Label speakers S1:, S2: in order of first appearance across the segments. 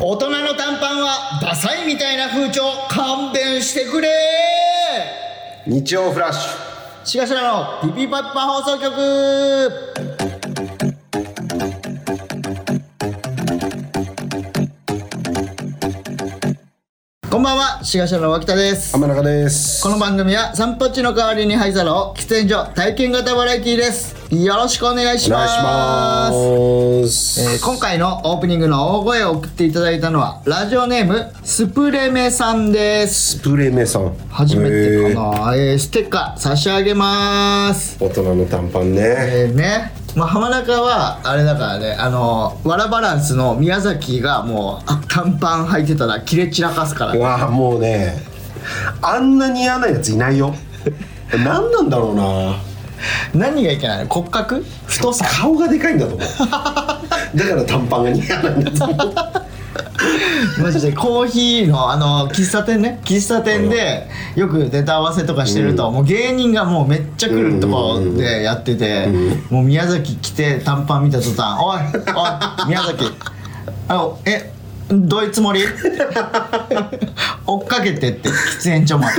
S1: 大人の短パンはダサいみたいな風潮勘弁してくれ
S2: 日曜フラッシュ
S1: しがしらのピピパッパ放送局こんばんは、しがしらの脇田です。
S2: 浜中です
S1: この番組は散歩地の代わりに灰皿を喫煙所体験型バラエティです。よろしくお願いし
S2: お
S1: ます。
S2: 願いします
S1: えー今回のオープニングの大声を送っていただいたのはラジオネームスプレメさんです
S2: スプレメさん
S1: 初めて
S2: えー
S1: かな、えーステッカー差し上げます
S2: 大人の短パンね
S1: えーねまあ、浜中はあれだからねあのわらバランスの宮崎がもうあ短パン履いてたら切れ散らかすから
S2: うわあもうねあんなに嫌なやついないよ何なんだろうな
S1: 何がいけないの骨格太さ
S2: 顔がでかいんだ と思うだから短パンが似合わないんだと思う
S1: マジでコーヒーのあの喫茶店ね喫茶店でよくネタ合わせとかしてると、もう芸人がもうめっちゃ来るとこでやってて、もう宮崎来て短パン見た途端「おいおい宮崎あのえどういうつもり? 」 追っかけてって喫煙所まで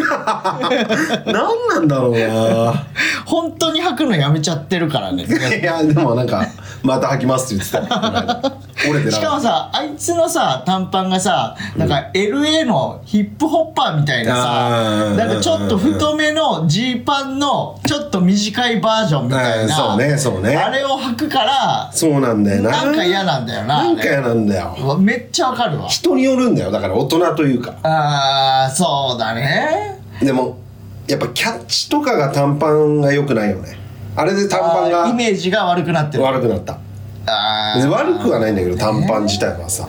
S2: 何なんだろう な
S1: 本当に履くのやめちゃってるからね
S2: いやでもなんか「また履きます」って言ってた折れて
S1: し
S2: な
S1: か
S2: か
S1: も
S2: っ
S1: さあいつのさ短パンがさなんか LA のヒップホッパーみたいな
S2: あ
S1: さ
S2: ー
S1: なんかちょっと太めのジーパンのちょっと短いバージョンみたいな
S2: うんそうねそうね
S1: あれを履くから
S2: たそうなんだよな
S1: なんか嫌なんだよな
S2: なんか嫌なんだよ
S1: うわめっちゃわかるわ
S2: 人によるんだよだから大人というか
S1: あーそうだね
S2: でもやっぱキャッチとかが短パンが良くないよねあれで短パン
S1: あーイ
S2: が
S1: メージが悪くなってる
S2: 悪くなった
S1: あ
S2: 別
S1: ー
S2: に悪くはないんだけど短パン自体はさ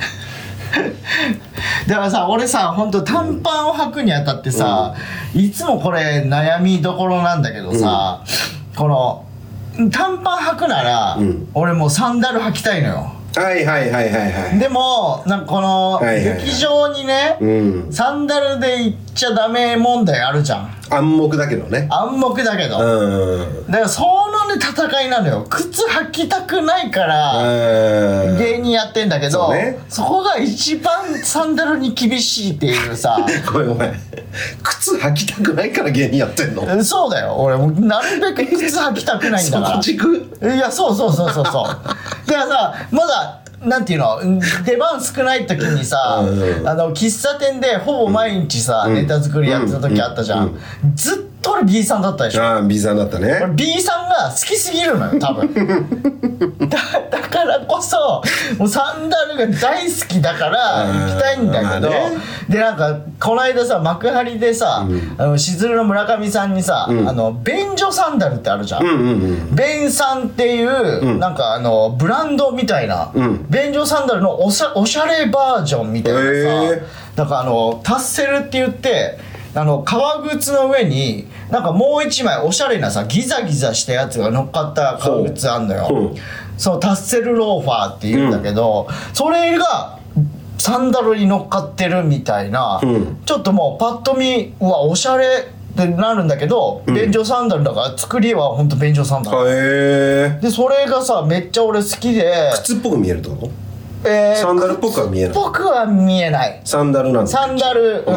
S1: だからさ俺さ本当短パンを履くにあたってさ、いつもこれ悩みどころなんだけどさ、この短パン履くなら、
S2: ん
S1: 俺もうサンダル履きたいのよ
S2: はいはいはいはいはい
S1: でもなんかこの
S2: はいはいはい
S1: 劇場にね、
S2: うん
S1: サンダルで行っちゃダメ問題あるじゃん
S2: 暗黙だけどね
S1: 暗黙だけど、
S2: うん
S1: だからそのね戦いなのよ靴履きたくないから、
S2: うん
S1: 芸人やってんだけど
S2: そうね
S1: そこが一番サンダルに厳しいっていう さ
S2: ごめんごめん靴履きたくないから芸人やってんの
S1: えそうだよ俺もうなるべく靴履きたくないん
S2: そ
S1: だか
S2: の軸
S1: らいやそうそうそうそうそうだ からさまだなんていうのん出番少ない時にさ、
S2: うん
S1: あの喫茶店でほぼ毎日さ、ネタ作りやってた時あったじゃん、ずっと俺 B さんだったでしょ
S2: ああビザになったね
S1: 俺 B さんが好きすぎるのよ多 分だだからこそもうサンダルが大好きだから
S2: うん
S1: 行きたいんだけど、
S2: まあね
S1: でなんかこの間さ幕張でさ、あのしずるの村上さんにさ、あの便所サンダルってあるじゃん、
S2: うんうんうん
S1: ベンさんっていう、なんかあのブランドみたいな、
S2: ん
S1: 便所サンダルのおしゃおしゃれバージョンみたいなさ、
S2: へえ
S1: なんかあのタッセルって言ってあの革靴の上になんかもう一枚おしゃれなさギザギザしたやつが乗っかった革靴あんのよ、
S2: ほうほう
S1: そうタッセルローファーって言うんだけど、それがサンダルに乗っかってるみたいな、
S2: ん
S1: ちょっともうパッと見うわおしゃれってなるんだけど、便所サンダルだから作りはほんと便所サンダル、
S2: へえ
S1: でそれがさめっちゃ俺好きで、
S2: 靴っぽく見えるってこと
S1: え
S2: サンダルっぽくは見えない
S1: 僕は見えない
S2: サンダルなんだ
S1: サンダル、うん、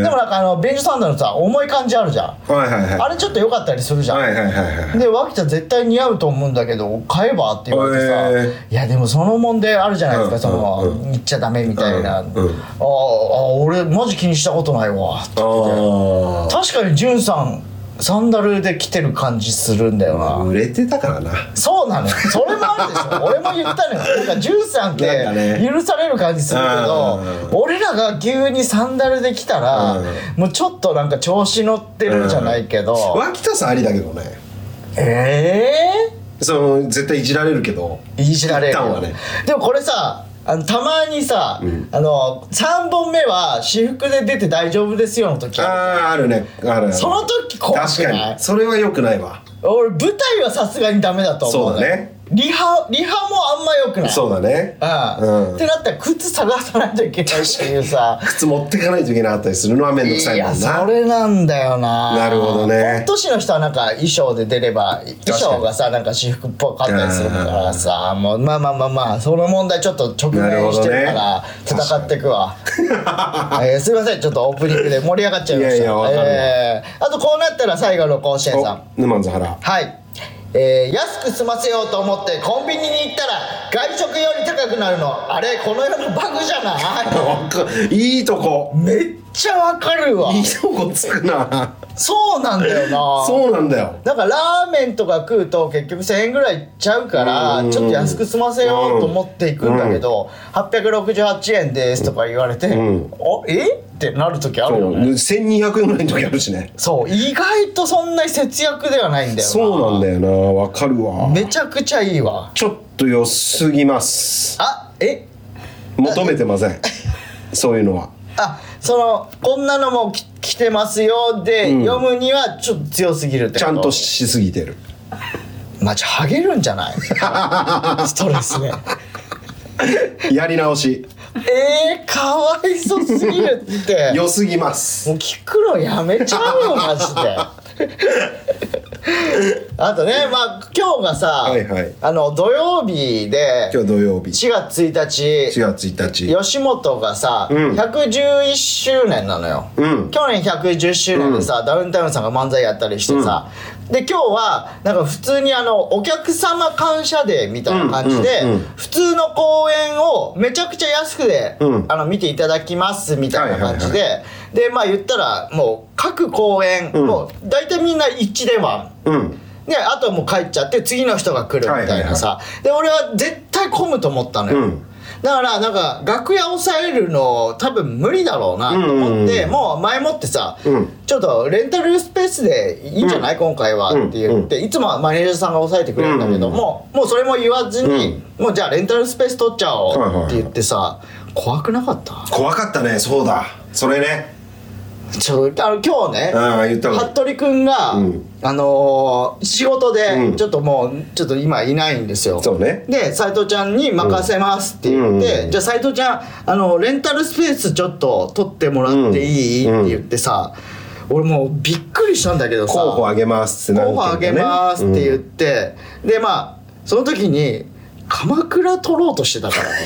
S2: へえ
S1: でもなんかあの便所サンダルさ重い感じあるじゃん
S2: はいはいはい
S1: あれちょっと良かったりするじゃん、
S2: はいはいはいはい
S1: で脇田絶対似合うと思うんだけど買えばって言われてさ、
S2: へ
S1: いやでもその問題あるじゃないですか、
S2: うん
S1: その、
S2: うん
S1: 言っちゃダメみたいな、
S2: うんうん
S1: ああ俺マジ気にしたことないわって
S2: あ
S1: 確かにじゅんさんサンダルで来てる感じするんだよな、
S2: あ売れてたからな
S1: そうなのよそれもあるでしょ俺も言ったのよなんかジュースさんっ
S2: なんか
S1: て
S2: ね
S1: 許される感じするけど、
S2: う
S1: 俺らが急にサンダルで来たら、
S2: うん
S1: もうちょっとなんか調子乗ってるんじゃないけど、
S2: 脇田さんありだけどね
S1: ええ
S2: その絶対いじられるけど
S1: いじられる
S2: 一旦
S1: よ、
S2: はね
S1: でもこれさあのたまにさ、あの3本目は私服で出て大丈夫ですよの時
S2: あああるねある
S1: その時怖く
S2: 確
S1: ない
S2: かにそれは良くないわ
S1: 俺舞台はさすがにダメだと思う
S2: そう
S1: の
S2: だ
S1: よ
S2: ね
S1: リハリハもあんま良くない
S2: そうだね
S1: ああ
S2: うん
S1: ってなったら靴探さないといけないっていう さ
S2: 靴持ってかないといけなかったりするのは面倒くさいもんな
S1: それなんだよな
S2: なるほどね
S1: 都市の人はなんか衣装で出れば衣装がさなんか私服っぽかったりするからさもうまあまあまあまあその問題ちょっと直面してるから
S2: な
S1: 戦ってくわ、えーすいませんちょっとオープニングで盛り上がっちゃいました
S2: いやいやわかるわ
S1: えーあとこうなったら最後の甲子園さん
S2: お沼津原
S1: はい、えー安く済ませようと思ってコンビニに行ったら外食より高くなるのあれこの世のバグじゃない
S2: わかいいとこ
S1: めっちゃわかるわ
S2: いいとこつくな
S1: そうなんだよな
S2: そうなんだよ
S1: だからラーメンとか食うと結局1000円ぐらいいっちゃうから
S2: うん
S1: ちょっと安く済ませようと思っていくんだけど868円ですとか言われて
S2: ん
S1: あえってなる時あ
S2: そ
S1: るよ
S2: う
S1: ね
S2: 1200円ぐらいの時あるしね
S1: そう意外とそんなに節約ではないんだよな
S2: そうなんだよなわかるわ
S1: めちゃくちゃいいわ
S2: ちょっと良すぎます
S1: あえ
S2: 求めてませんそういうのは
S1: あそのこんなのもき来てますよで、
S2: ん
S1: 読むにはちょっと強すぎるってこと
S2: ちゃんとしすぎてる
S1: まあちょハゲるんじゃ ないストレスね
S2: やり直し
S1: えー、かわいそうすぎるって
S2: 良すぎます
S1: もう聞くのやめちゃうよマジ であとねまあ今日がさ、
S2: はいはい
S1: あの土曜日で
S2: 今日土曜日4
S1: 4月1日
S2: 月1日
S1: 吉本がさ、
S2: ん
S1: 111周年なのよ、
S2: うん
S1: 去年110周年でさ、ダウンタウンさんが漫才やったりしてさ、で今日はなんか普通にあのお客様感謝デーみたいな感じで、
S2: うんうんうん
S1: 普通の公演をめちゃくちゃ安くで、
S2: うん
S1: あの見ていただきますみたいな感じで、
S2: は
S1: でまあ言ったらもう各公演、
S2: ん
S1: もう大体みんな一致では
S2: うん
S1: ね、あとはもう帰っちゃって次の人が来るみたいなさ、で俺は絶対混むと思ったのよ、
S2: うん
S1: だからなんか楽屋抑えるの多分無理だろうなと思って、
S2: うん
S1: もう前もってさ、
S2: うん
S1: ちょっとレンタルスペースでいいんじゃない、今回はって言って、いつもはマネージャーさんが抑えてくれるんだけども、もうそれも言わずに、もうじゃあレンタルスペース取っちゃお
S2: はいはいは
S1: う
S2: い
S1: って言ってさ、怖くなかった
S2: 怖かったねそうだそれね
S1: ちょあの今日ね
S2: ああ言ったこと
S1: 服部君が、
S2: うん
S1: あのー仕事
S2: う
S1: で
S2: ん
S1: ちょっともうちょっと今いないんですよ
S2: そうね
S1: で斎藤ちゃんに任せますって言って、
S2: うん
S1: じゃあ斎藤ちゃんあのレンタルスペースちょっと取ってもらっていい、
S2: うん
S1: って言ってさ俺もうびっくりしたんだけどさ
S2: 候補あげますってな
S1: 候
S2: る
S1: 補あげ
S2: けどね
S1: ますって言って、でまあその時に鎌倉取ろうとしてた からね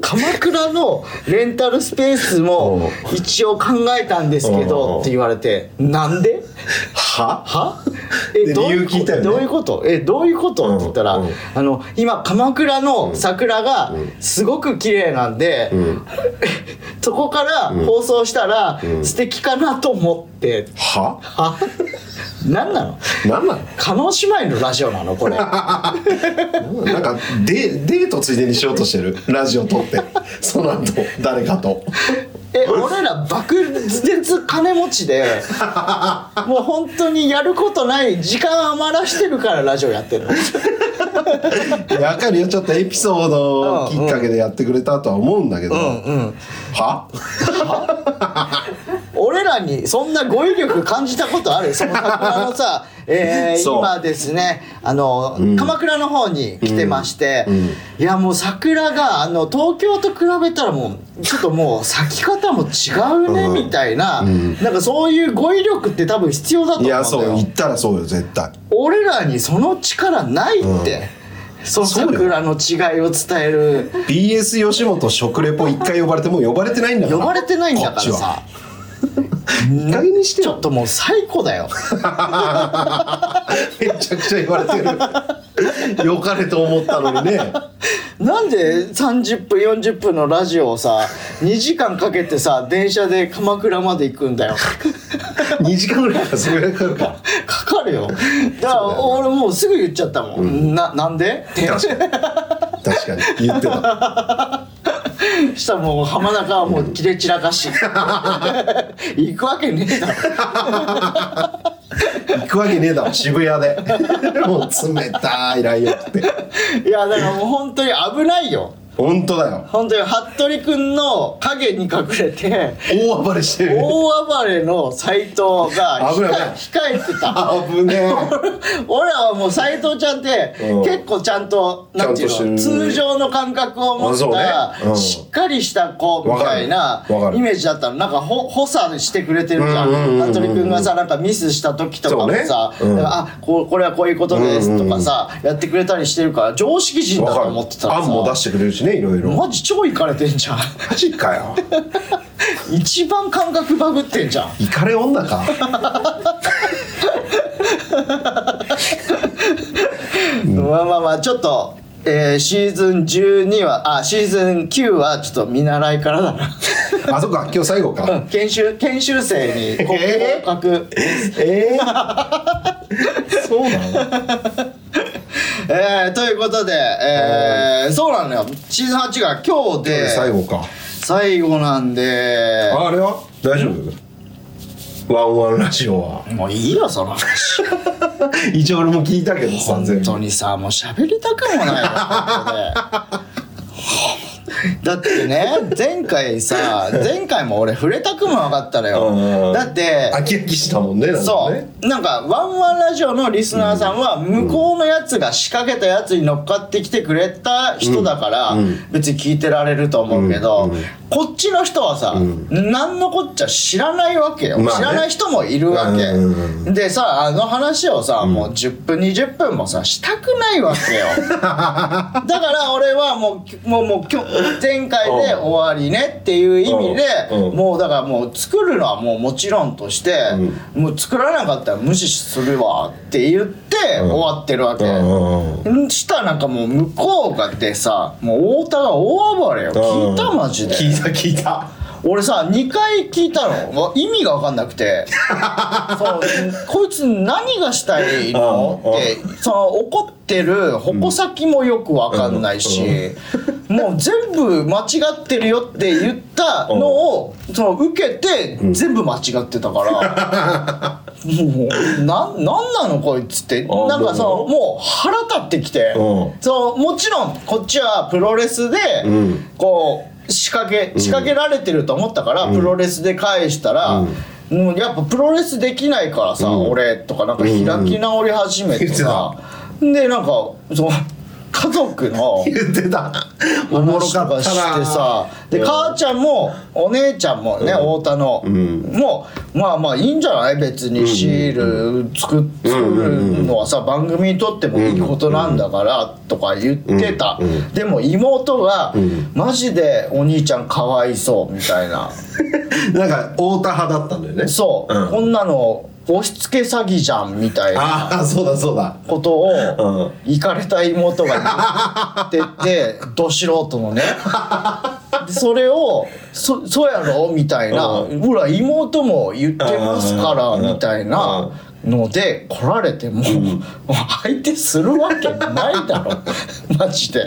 S1: 鎌倉のレンタルスペースも一応考えたんですけ
S2: うん
S1: どって言われて「なんで
S2: は
S1: は
S2: で
S1: えどういう
S2: 理由聞いたよね
S1: どういうことえどういうこと?」って言ったら、
S2: うんうん
S1: あの「今鎌倉の桜がすごく綺麗なんで、そこから放送したら素敵かなと思って」
S2: は
S1: は 何なの
S2: なんなの
S1: 加納姉妹のラジオなのこ れ
S2: なんかデデートついでにしようとしてるラジオ撮って その後誰かと
S1: え俺ら爆絶金持ち でもう本当にやることない時間余らしてるからラジオやってるの
S2: やかりよちょっとエピソードをきっかけでやってくれたとは思うんだけど、
S1: うん
S2: は
S1: 俺らにそんな語彙力感じたことあるその桜の さ、えー
S2: そう
S1: 今ですねあの、鎌倉の方に来てまして、
S2: ん
S1: いやもう桜があの東京と比べたらもうちょっともう咲き方も違うね、
S2: うん
S1: みたいな、
S2: ん
S1: なんかそういう語彙力って多分必要だと思う
S2: い
S1: んだよ
S2: やそう言ったらそうよ絶対
S1: 俺らにその力ないって、その
S2: そうよ
S1: 桜の違いを伝える
S2: BS 吉本食レポ一回呼ばれてもう呼ばれてないんだから
S1: 呼ばれてないんだから
S2: こっちは
S1: さ
S2: いい加減にして
S1: ち
S2: よ
S1: ょっともう最高だよ
S2: めちゃくちゃ言われてるよかれと思ったのにね
S1: なんで30分40分のラジオをさ2時間かけてさ電車で鎌倉まで行くんだよ
S2: 2時間ぐらいからそれぐらいかかるから
S1: かかるよだから俺もうすぐ言っちゃったもん、ななんでって
S2: 確かに確かに言ってた
S1: したらもう浜中はもう切れ散らか し行くわけねえだろ
S2: 行くわけねえだろ渋谷でもう冷たいライオンって
S1: いやだからもう本当に危ないよ
S2: 本当だよ
S1: 本当に服部君の影に隠れて
S2: 大暴れしてる
S1: 大暴れの斎藤が
S2: 危
S1: 控
S2: ない
S1: え控えて た
S2: 危ねえ
S1: 俺らはもう斎藤ちゃんって
S2: うん
S1: 結構ちゃんとなんてい
S2: ちゃん
S1: うの
S2: としてる
S1: 通常の感覚を持
S2: あそう
S1: った
S2: ねうん
S1: しっかりした子みたいな
S2: わかるわかる
S1: イメージだったのなんかほ補佐してくれてるじゃん
S2: うんうんうんうん
S1: 服部君がさなんかミスした時とかもさ「
S2: そうねうん
S1: あこうこれはこういうことです」とかさやってくれたりしてるから常識人だ
S2: わ
S1: と
S2: か
S1: 思ってた
S2: る
S1: ら
S2: 案も出
S1: さ
S2: してくれるしねいろいろ
S1: マジ超いかれてんじゃん
S2: マジかよ
S1: 一番感覚バグってんじゃん
S2: イカれ女か
S1: まあまあまあちょっと、えーシーズン12はあシーズン9はちょっと見習いからだな
S2: あそっか今日最後か
S1: 研修研修生に合
S2: えー
S1: 格
S2: ええ そうなの
S1: えーということで、えーそうなのよシーズン8が今日で
S2: 最後か
S1: 最後なんで
S2: ああれは大丈夫ワンワンラジオは
S1: もういいよその話
S2: 一応俺も聞いたけどさ
S1: 本
S2: 全部
S1: 当にさもう喋りたくもないよここでだってね前回さ前回も俺触れたくもなかったの
S2: うん
S1: よだって
S2: 飽き飽きしたもんねなんかね
S1: そうなんかワンワンラジオのリスナーさんは向こうのやつが仕掛けたやつに乗っかってきてくれた人だから
S2: うん
S1: 別に聞いてられると思うけ
S2: うん
S1: ど
S2: うん
S1: こっちの人はさ
S2: ん
S1: 何のこっちゃ知らないわけよ
S2: まあね
S1: 知らない人もいるわ
S2: うんうんう
S1: けでさあの話をさもう10分20分もさしたくないわけ よだから俺はもうもうもう今日前回で終わりねっていう意味で
S2: うんうん
S1: もうだからもう作るのはもうもちろんとして、もう作らなかったら無視するわって言って
S2: ん
S1: 終わってるわけ、
S2: うんうんうん
S1: んしたらなんかもう向こうがでさもう太田が大暴れよ聞いたマジで
S2: 聞いた聞いた
S1: 俺さ2回聞いた の意味が分かんなくてそうこいつ何がしたいの
S2: うん
S1: ってその怒ってる矛先もよく分かんないし、もう全部間違ってるよって言ったのを、その受けて全部間違ってたから、 もうなんなんなのこいつって
S2: あ
S1: なんかそ
S2: ど
S1: の
S2: う
S1: もう腹立ってきて、
S2: うん
S1: そうもちろんこっちはプロレスで、
S2: うん
S1: こう仕掛け仕掛けられてると思ったから、プロレスで返したら、もうやっぱプロレスできないからさ、
S2: うん
S1: 俺とかなんか開き直り始めてさ、でなんかその家族 の
S2: 言ってたおもろ
S1: 話
S2: か
S1: と
S2: ったな
S1: かしてさで
S2: うん
S1: 母ちゃんもお姉ちゃんもね、太田の、
S2: ん
S1: もうまあまあいいんじゃない別にシール作,、作るのはさ番組にとってもいいことなんだからとか言ってた、でも妹が、マジでお兄ちゃんかわいそう」みたいな
S2: なんか太田派だったんだよね
S1: そう、
S2: うん
S1: こんなの押し付け詐欺じゃんみたいな。
S2: ああそうだそうだ
S1: こと
S2: うん
S1: を行かれた妹が言 っててど素人のねでそれを「そそうやろ?」みたいな「
S2: う
S1: ほら妹も言ってますから
S2: う」ん
S1: みたいなので来られてももう相手するわけない だろマジで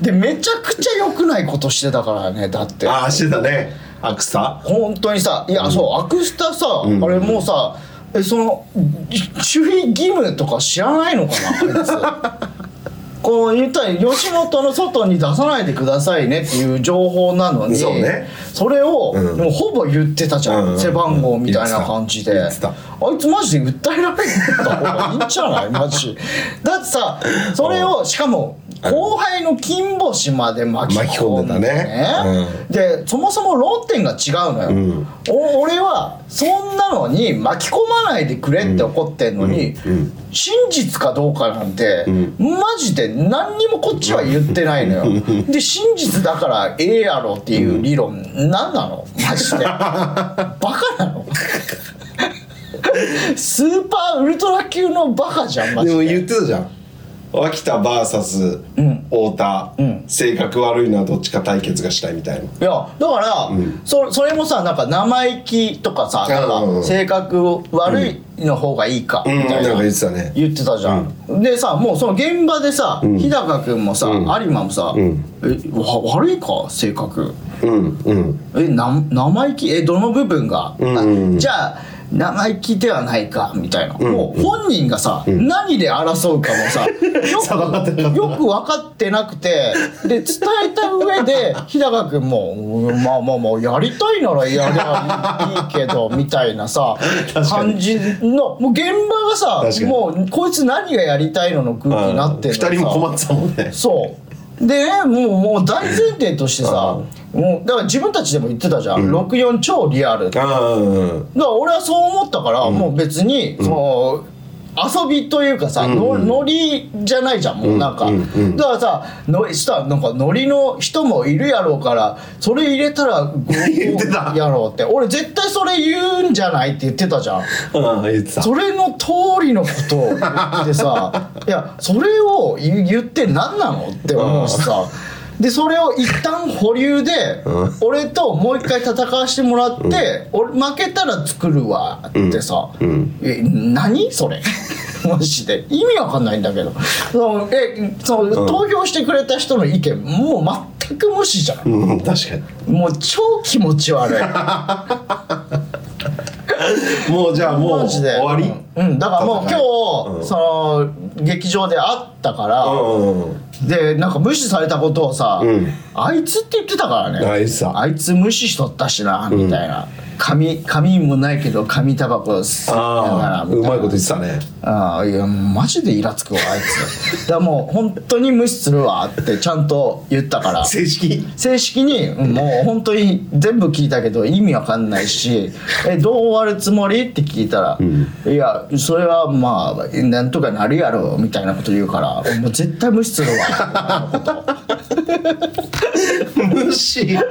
S1: でめちゃくちゃ良くないことしてたからねだって
S2: ああしてたねアクサ
S1: 本当にさいや、そうアクスタさ、あれもうさえそのい注意義務とか知らないのかなあいつ こう言ったら吉本の外に出さないでくださいねっていう情報なのに
S2: そうね
S1: それを、
S2: うん
S1: もうほぼ言ってたじゃ
S2: うん
S1: ん、
S2: うんうん
S1: 背番号みたいな感じで、
S2: 言
S1: あい
S2: ってた
S1: つマジで訴えられた方がいいんじゃないマジだってさそれをしかも後輩の金星まで巻き込んで
S2: 巻き込んでたねうん
S1: でそもそも論点が違うのよ、
S2: ん
S1: お俺はそんなのに巻き込まないでくれって怒ってんのに、真実かどうかなんて、マジで何にもこっちは言ってないのよで真実だからええやろっていう理論、何なのマジでバカな のスーパーウルトラ級のバカじゃんマ
S2: で
S1: ジ
S2: も
S1: で
S2: 言ってたじゃん脇田 VS 太田、性格悪いのはどっちか対決がしたいみたいない
S1: やだから、そそれもさなんか生意気とかさな
S2: うんうん
S1: んか
S2: うん
S1: 性格悪いの方がいいかみたいな、
S2: うんなんか言ってたね
S1: 言ってたじゃん、でさもうその現場でさ、日高君もさ、有馬もさ、えわ悪いか性格
S2: うんうん
S1: えな生意気えどの部分が、
S2: んうんうん
S1: あじゃあ長生きではないかみたいな、
S2: ん
S1: もう本人がさ、何で争うかも さ
S2: 定まってな
S1: よ
S2: かった
S1: くよく分かってなくてで伝えた上 で日高君もうん「まあまあまあやりたいならやりゃいいけ ど」みたいなさ
S2: 確かに
S1: 感じのもう現場が
S2: 確か
S1: さ
S2: に
S1: もうこいつ何がやりたいのの空気になって
S2: 二
S1: る
S2: 人も困ってたもんね
S1: そうでねもうもう大前提としてさもうだから自分たちでも言ってたじゃん、64超リアルってだか
S2: ああうん
S1: ら俺はそう思ったから、もう別に、その遊びというかさ、のノリじゃないじゃんもうなんか、
S2: うんうん
S1: だからさのしたらなんかノリの人もいるやろうからそれ入れたら
S2: 言ってた
S1: やろうって俺絶対それ言うんじゃないって言ってたじゃん
S2: うん言ってた
S1: それの通りのことを言ってさいやそれを言言って何なのって思うしさでそれを一旦保留で、俺ともう一回戦わしてもらって、俺負けたら作るわってさ、え何それ マジで意味わかんないんだけどそのえその、投票してくれた人の意見もう全く無視じゃん
S2: うん確かに
S1: もう超気持ち悪い
S2: もうじゃあもう
S1: マジ
S2: 終
S1: で
S2: わり
S1: うんうんだからもう今日、
S2: うん
S1: その劇場で会ったから、
S2: うんうん
S1: でなんか無視されたことをさ、
S2: うん
S1: あいつって言ってたからね
S2: あいつだ
S1: あいつ無視しとったしなみたいな、紙紙もないけど紙タバコ吸いなが
S2: あ
S1: ら
S2: あ
S1: み
S2: う
S1: たい
S2: まい
S1: な
S2: こと言ってたね
S1: ああいやマジでイラつくわあいつ だからもう本当に無視するわってちゃんと言ったから
S2: 正式
S1: 正式にうんもう本当に全部聞いたけど意味わかんない し「えどう終わるつもり?」って聞いたら「いやそれはまあなんとかなるやろ」みたいなこと言うから「もう絶対無視するわ」
S2: 無視
S1: いやそ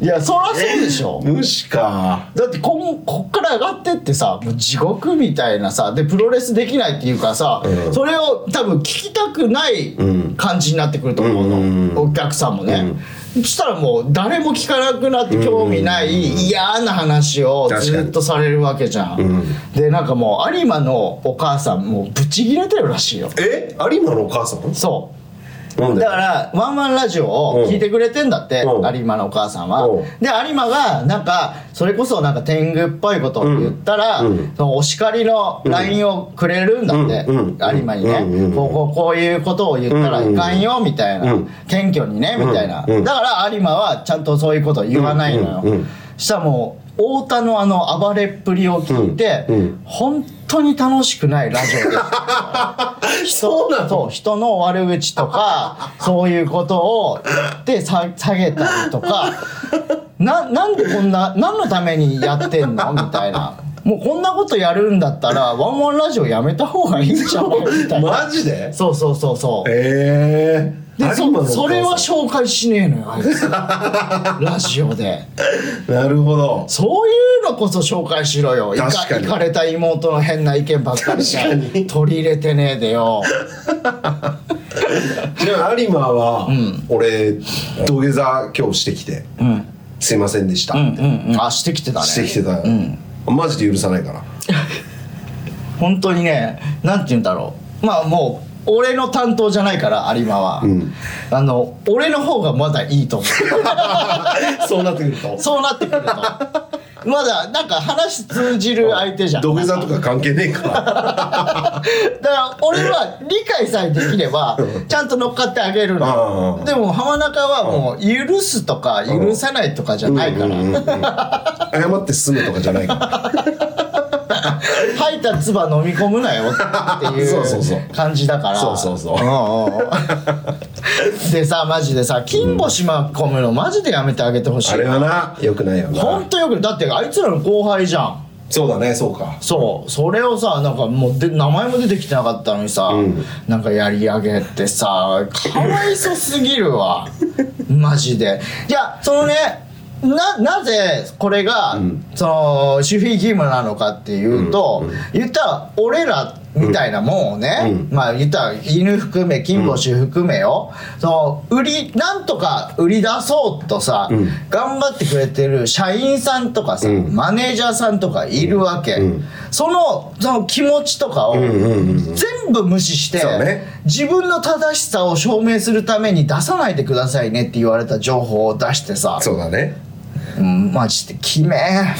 S1: りゃそうでしょ
S2: 無視か
S1: だってこんこっから上がってってさもう地獄みたいなさでプロレスできないっていうかさ、
S2: うん
S1: それを多分聞きたくない
S2: うん
S1: 感じになってくると思うの、
S2: うん
S1: お客さんもね、そしたらもう誰も聞かなくなって興味ない嫌な話をずっとされるわけじゃん、
S2: うん
S1: でなんかもう有馬のお母さんもうブチギレてるらしいよ
S2: え有馬のお母さん
S1: そう
S2: なんで
S1: だからワンワンラジオを聞いてくれてんだって、
S2: うん
S1: 有馬のお母さんは。
S2: うん
S1: で有馬がなんかそれこそなんか天狗っぽいことを言ったら、
S2: うん
S1: そのお叱りの LINE をくれるんだって、
S2: うんうん
S1: 有馬にね、
S2: うん
S1: こうこうこういうことを言ったらいかんよみたいな、
S2: うん
S1: 謙虚にねみたいな、
S2: うんうん
S1: だから有馬はちゃんとそういうことを言わないのよ。
S2: うんうんうん
S1: したらもう太田のあの暴れっぷりを聞いて、
S2: うんうん
S1: 本当に楽しくないラジオでした。 そうなそう人の悪口とかそういうことを言ってさ下げたりとか ななんでこんな何のためにやってんのみたいなもうこんなことやるんだったらワンワンラジオやめた方がいいんじゃないみたいな、
S2: マジで
S1: そうそうそうそう
S2: ええ
S1: で
S2: 有馬の
S1: そ
S2: お母さん
S1: それは紹介しねえのよあい つラジオで
S2: なるほど
S1: そういうのこそ紹介しろよいか
S2: 確かに
S1: いかれた妹の変な意見ばっかりさ
S2: 確かに
S1: 取り入れてねえでよ
S2: じゃあ有馬は、俺土下座今日してきて、すいませんでした、
S1: うんうんうんあしてきてたね
S2: してきてた、
S1: うん
S2: マジで許さないから
S1: 本当にねなんて言うんだろうまあもう俺の担当じゃないから有馬は、
S2: ん
S1: あの俺の方がまだいいと思
S2: そうなってくると
S1: う そうなってくるとまだなんか話通じる相手じゃん
S2: 土下座とか関係ねえから
S1: だから俺は理解さえできればちゃんと乗っかってあげる
S2: う
S1: の
S2: ん
S1: でも浜中はもう許すとか許さないとかじゃないから、
S2: うんうんうんうん謝って済むとかじゃないから
S1: 吐いた唾飲み込むなよってい
S2: そうそうそう
S1: う感じだから
S2: そうそうそうん
S1: うんうんでさマジでさ金星巻き込むのマジでやめてあげてほし
S2: あ
S1: い
S2: れはな良くないよ
S1: ほ
S2: なん
S1: とよくだってあいつらの後輩じゃん
S2: そうだねそうか
S1: そうそれをさなんかもうで名前も出てきてなかったのにさ、なんかやり上げてさかわいそすぎるわマジでいやそのねななぜこれが、その守秘義務なのかっていうと、言ったら俺らみたいなもんをね、まあ言ったら犬含め金星含めよ、その売りなんとか売り出そうとさ、頑張ってくれてる社員さんとかさ、
S2: ん
S1: マネージャーさんとかいるわけ、そのその気持ちとかを
S2: んうんうん
S1: 全部無視して、
S2: そうね
S1: 自分の正しさを証明するために出さないでくださいねって言われた情報を出してさ
S2: そうだね
S1: うんマジできめえ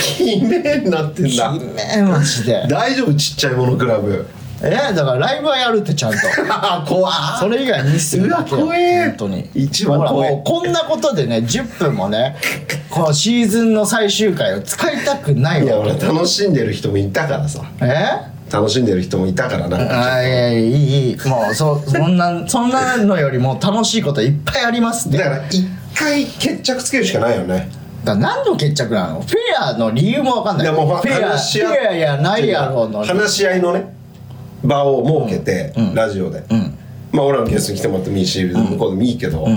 S2: きめえ になってんだ
S1: ねマジ で
S2: 大丈夫ちっちゃいものクラブ
S1: えだからライブはやるって ちゃんと
S2: あ 怖っ
S1: それ以外にす
S2: うわ怖え
S1: 本当に
S2: 一番
S1: ほら
S2: 怖え
S1: もうこんなことでね10分もねこのシーズンの最終回を使いたくない
S2: いや
S1: わ
S2: 俺楽しんでる人もいたからさ
S1: え
S2: 楽しんでる人もいたからなんか
S1: あいやいやいいいいもうそそんなそんなのよりも楽しいこといっぱいありますね
S2: だ
S1: だ
S2: か
S1: から
S2: 一回決着つけるしかないよね
S1: ら何の決着なのフェアの理由もわかんない
S2: いやもう
S1: フェア
S2: 話し合
S1: フェアやないやろうの
S2: 話し合いのね場を設けて、ラジオで、まあ俺らのゲストに来てもらってもいいし、向こうでもいいけど、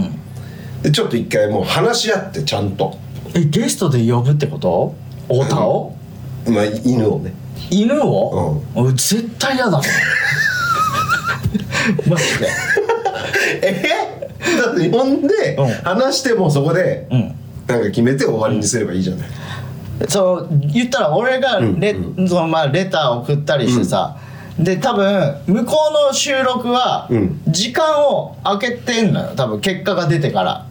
S2: でちょっと一回もう話し合ってちゃんと、
S1: えゲストで呼ぶってこと太田を
S2: まあ、犬をね
S1: 犬を、俺絶対 嫌だもんマジで
S2: えだって呼んで、
S1: うん
S2: 話してもうそこで、
S1: ん
S2: なんか決めて終わりにすればいいじゃない、
S1: そう言ったら俺がレ,、そのまあ、レター送ったりしてさ、で多分向こうの収録は
S2: うん
S1: 時間を空けてんのよ多分結果が出てから。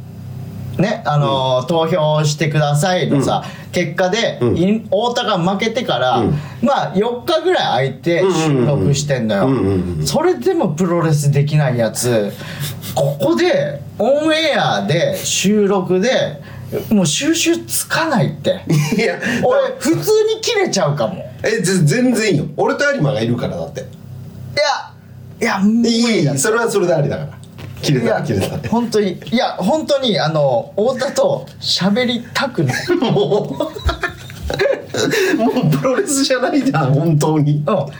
S1: ねあのー投票してくださいのさ、結果で、
S2: ん
S1: い太田が負けてから、
S2: ん
S1: まあ4日ぐらい空いて収録してんのよ、
S2: うんうんうん
S1: それでもプロレスできないやつここでオンエアで収録でもう収集つかないって。
S2: いや
S1: 俺普通に切れちゃうかもい
S2: えぜ全然いいよ俺と有馬がいるからだって
S1: やいや無
S2: いい
S1: 理
S2: い
S1: だ
S2: いそれはそれでありだから切れ
S1: い
S2: た
S1: や
S2: ら切れたら
S1: 本当にいや本当にあの太田と喋りたく ない
S2: もうもうプロレスじゃないじゃん本当
S1: うん、
S2: に
S1: いやだか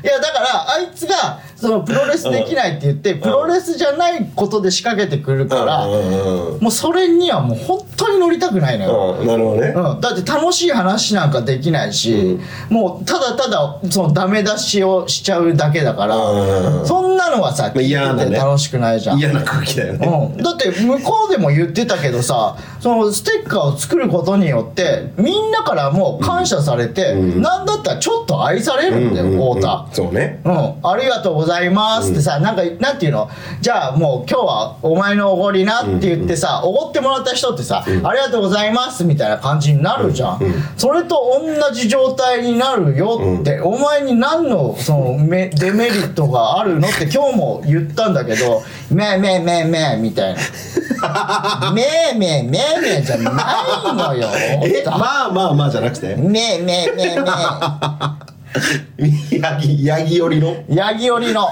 S1: らあいつがそのプロレスできないって言って、プロレスじゃないことで仕掛けてくるから、
S2: うんうんうん
S1: もうそれにはもう本当に乗りたくないのよ、
S2: うんなるほどね
S1: うん、だって楽しい話なんかできないし、もうただただそのダメ出しをしちゃうだけだから、
S2: うん
S1: そんなのはさ
S2: まあ嫌
S1: 聞
S2: ない
S1: て
S2: ね
S1: て楽しくないじゃん、
S2: 嫌な空気だよね
S1: うん、だって向こうでも言ってたけどさそのステッカーを作ることによってみんなからもう感謝されて、なんだったらちょっと愛されるんだよ、太田。
S2: そうね
S1: うん、ありがとうございますってさ、なんかなんていうのじゃあもう今日はお前のおごりなって言ってさおご、ってもらった人ってさ、ありがとうございますみたいな感じになるじゃん、それと同じ状態になるよって、お前に何のそのめデメリットがあるのって今日も言ったんだけど「めえめえめえめえ」みたいな 「めえめえめえめえ」じゃないのよ
S2: えまあまあまあじゃなくて
S1: めえめえめえめ
S2: ヤギヤギ寄りの
S1: えヤギ寄りの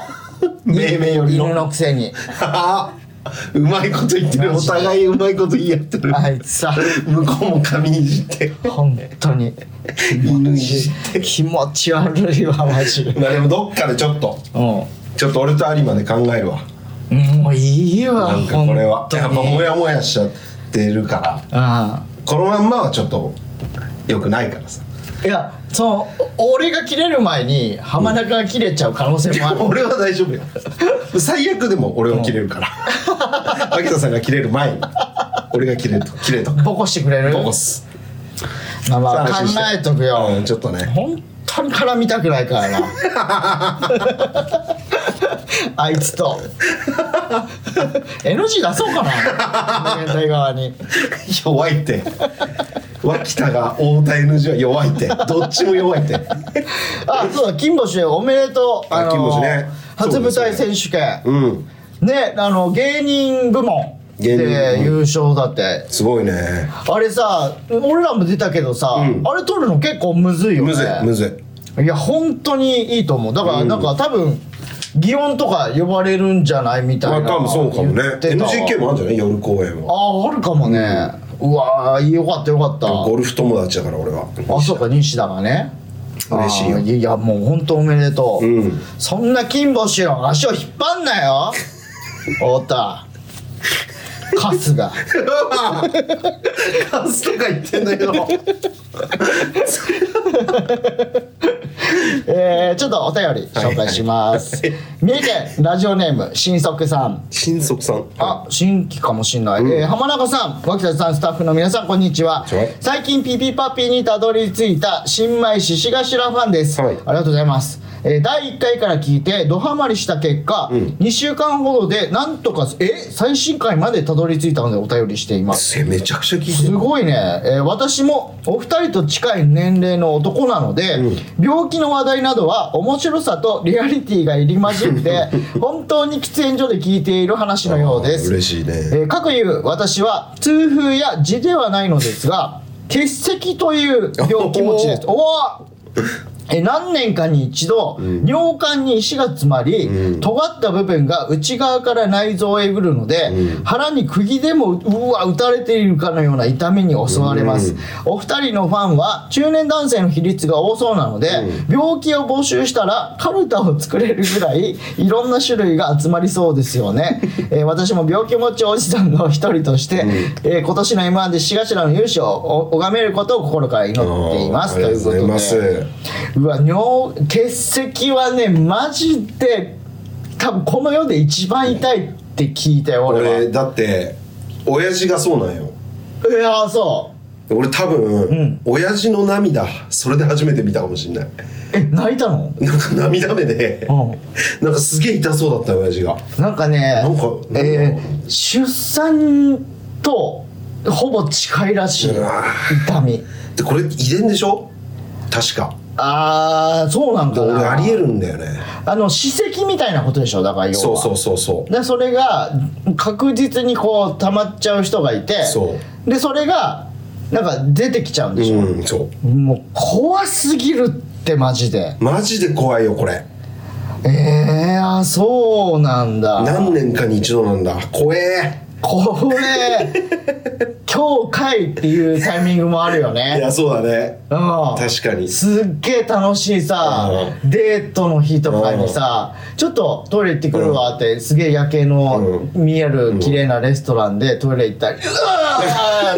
S2: めいめい寄り
S1: 犬
S2: の
S1: のくせに。
S2: あー うまいこと言ってるお互いうまいこと言い合ってる
S1: あいつさ
S2: 向こうも髪いじって
S1: 本当に
S2: 犬いじっ
S1: 気持ち悪いわマジで
S2: てまあでもどっかでちょっと
S1: うん
S2: ちょっと俺と有馬で考えるわ
S1: もういいわ
S2: なんかこれは
S1: 本当に
S2: やっぱモヤモヤしちゃってるから
S1: あ
S2: このまんまはちょっと良くないからさ
S1: あいやそのお俺が切れる前に浜中が切れちゃう可能性もある
S2: 俺は大丈夫よ最悪でも俺は切れるから 秋田さんが切れる前に俺が切れと切れと
S1: ボコしてくれる
S2: ボコす
S1: まあまあ考
S2: さあ話して
S1: えとくよ、
S2: うんちょっとね
S1: 本当に絡みたくない からなあいつと NG 出そうかな無限大側に
S2: 弱いって脇田が太田 NG は弱いってどっちも弱いって
S1: あそうだ金星おめでとう
S2: あ金星ね
S1: 初舞台選手権
S2: うん
S1: ねあの芸人部門
S2: 芸人部
S1: で
S2: 門
S1: 優勝だって
S2: すごいね
S1: あれさ俺らも出たけどさ、
S2: ん
S1: あれ取るの結構むずいよね
S2: むずいむずい
S1: いや本当にいいと思うだからなんか、多分擬音とか呼ばれるんじゃないみた
S2: ま
S1: い
S2: あ
S1: な、
S2: 多分そうかもね
S1: 言ってたわ
S2: NGK もあるんじゃない夜公演
S1: あ
S2: は
S1: ああるかもね、うわーよかったよかった
S2: ゴルフ友達だから俺は
S1: あそうか西田がね
S2: 嬉しいよ
S1: あーいやもう本当おめでとう、
S2: うん
S1: そんな金星の足を引っ張んな よ太田春日
S2: カスとか言ってんだけど
S1: えー、ちょっとお便り紹介します、三重県ラジオネーム新速さん
S2: 新速さん
S1: あ新規かもしんない、えー浜中さん脇田さんスタッフの皆さんこんにちは
S2: こんにちは
S1: 最近ピピパピにたどり着いた新米獅子頭ファンです、
S2: はい
S1: ありがとうございますえー第1回から聞いてドハマりした結果、2週間ほどでなんとかえ最新回までたどり着いたのでお便りしています
S2: せめちゃくちゃ聞いて
S1: す
S2: る
S1: ごいね、えー私もお二人と近い年齢の男なので、病気の話題などは面白さとリアリティが入り混じって 本当に喫煙所で聞いている話のようです
S2: 嬉しいね
S1: えー、かくいう私は痛風や痔ではないのですが結石という病気持ちです。おおえー何年かに一度、尿管に石が詰まり、尖った部分が内側から内臓へぐるので、腹に釘でもうわ打たれているかのような痛みに襲われます、お二人のファンは中年男性の比率が多そうなので、病気を募集したらカルタを作れるぐらいいろんな種類が集まりそうですよね、えー私も病気持ちおじさんの一人として、えー今年の m 1で志頭の勇姿をお拝めることを心から祈っています
S2: あー
S1: と
S2: あり
S1: いう
S2: がと
S1: こと
S2: うござい
S1: で
S2: ます
S1: うわ尿結石はねマジで多分この世で一番痛いって聞いたよ俺は
S2: 俺だって親父がそうなんよ
S1: いやーそう
S2: 俺多分、親父の涙それで初めて見たかもしれない
S1: え泣いたの
S2: なんか涙目で、
S1: う
S2: なんかすげえ痛そうだったよ親父が
S1: なんかね
S2: なんか
S1: えー出産とほぼ近いらしいう
S2: わ
S1: 痛み
S2: でこれ遺伝でしょ確か
S1: ああそうなん
S2: で
S1: だ
S2: 俺
S1: な
S2: ありえるんだよね
S1: あの歯石みたいなことでしょだから要は
S2: そうそうそうそう
S1: でそれが確実にこう溜まっちゃう人がいて
S2: そ
S1: でそれがなんか出てきちゃうんでしょ、
S2: うんそう
S1: もう怖すぎるってマジで
S2: マジで怖いよこれ
S1: ええー、あそうなんだ
S2: 何年かに一度なんだ怖え
S1: こ れ今日かいっていうタイミングもあるよ
S2: い
S1: ね
S2: やそうだね
S1: うん
S2: 確かに
S1: すっげえ楽しいさ、
S2: う
S1: デートの日とかにさ、ちょっとトイレ行ってくるわって、すげえ夜景の見える綺麗なレストランでトイレ行ったら、うわ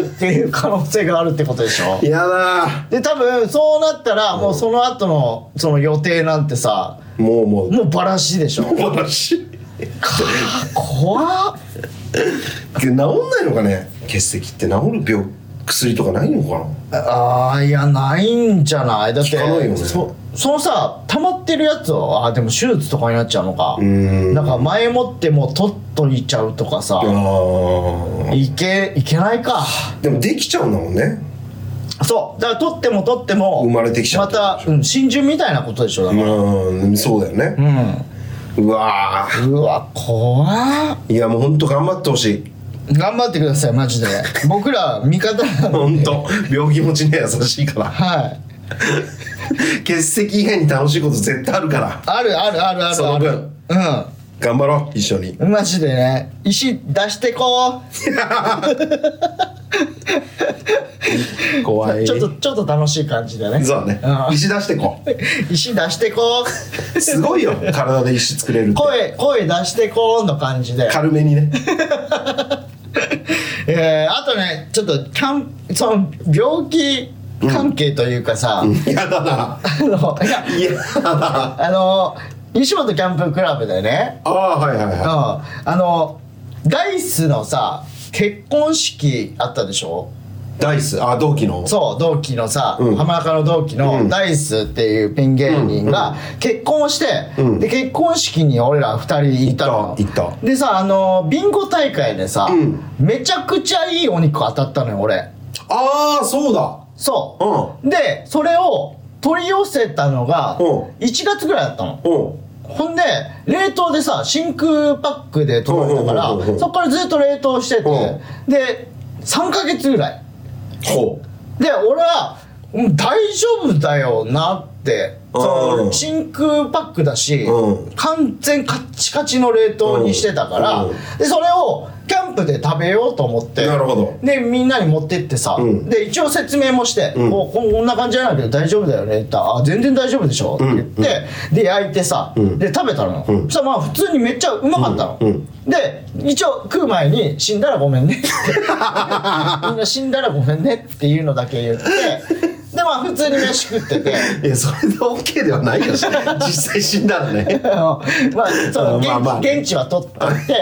S1: ーっていう可能性があるってことでしょ
S2: いやだ
S1: で多分そうなったらもうその後のその予定なんてさ
S2: もうもう
S1: もうバラシでしょ
S2: 終わらしい
S1: 怖っ
S2: 治んないのかね結石って治る病薬とかないのかな
S1: あーいやないんじゃないだって
S2: 聞かないよね
S1: そそのさ溜まってるやつをあーでも手術とかになっちゃうのか
S2: ん
S1: なんか前もってもう取っといちゃうとかさ
S2: あー
S1: いけいけないか
S2: でもできちゃうんだもんね
S1: そうだから取っても取っても
S2: 生まれてきちゃうってこと
S1: また、うん、真珠みたいなことでしょだか
S2: うんそうだよね、
S1: ら
S2: うわ
S1: う
S2: ー
S1: んうわ怖っ
S2: いやもうほんと頑張ってほしい
S1: 頑張ってくださいマジで僕ら味方 なの
S2: ほんと病気持ちね優しいから
S1: はい
S2: 結石以外に楽しいこと絶対あるから
S1: あるあるあるある
S2: そ
S1: あ
S2: の
S1: る
S2: 分頑張ろう一緒に
S1: うんマジでね石出してこう
S2: 怖
S1: ちょっとちょっと楽しい感じでね。
S2: そうだね
S1: ん
S2: 石出してこ
S1: 石出してこ
S2: うすごいよ体で石作れるっ
S1: う、
S2: て
S1: 声声出してこうの感じで。
S2: 軽めにね
S1: えー、あとねちょっとキャンその病気関係というかさ、
S2: やだな
S1: あのいや
S2: いやだな
S1: あの西本キャンプクラブでね、
S2: ああはいはい
S1: うん、
S2: は
S1: あのダイスのさ結婚式あったでしょ。
S2: いダイスあ同期の
S1: そう同期のさ、
S2: うん
S1: 浜中の同期
S2: う
S1: の
S2: ん
S1: ダイスっていうピン芸人が結婚して、
S2: うん
S1: で結婚式に俺ら二人行ったの
S2: 行った行っ
S1: でさあのビンゴ大会でさ、
S2: うん
S1: めちゃくちゃいいお肉当たったのよ俺
S2: ああそうだ
S1: そう、でそれを取り寄せたのが1
S2: う
S1: 月ぐらいだったの
S2: うん
S1: ほんで冷凍でさ真空パックで届いたか
S2: うんうんうんう
S1: ら
S2: ん
S1: そっからずっと冷凍してて
S2: う
S1: で3ヶ月ぐらい
S2: ほう
S1: で俺はうん大丈夫だよなって
S2: うん
S1: その真空パックだし、
S2: うん
S1: 完全カッチカチの冷凍にしてたから、
S2: うんうん
S1: でそれをキャンプで食べようと思って
S2: なるほど
S1: でみんなに持ってってさ、
S2: うん
S1: で一応説明もして、
S2: うん
S1: こうこんこんな感じじゃないけど大丈夫だよねって言ったら「あ全然大丈夫でしょ」って言って、で焼いてさ、
S2: ん
S1: で食べたの、
S2: うん
S1: そしたらまあ普通にめっちゃうまかったの、
S2: うんうん
S1: で一応食う前に「死んだら ごめんね」ってみんな死んだらごめんねっていうのだけ言ってでまあ普通に飯食って て
S2: いやそれで OK ではないよし実際死んだらね
S1: あのまあその現,、
S2: まあまあ
S1: 現地は取っといて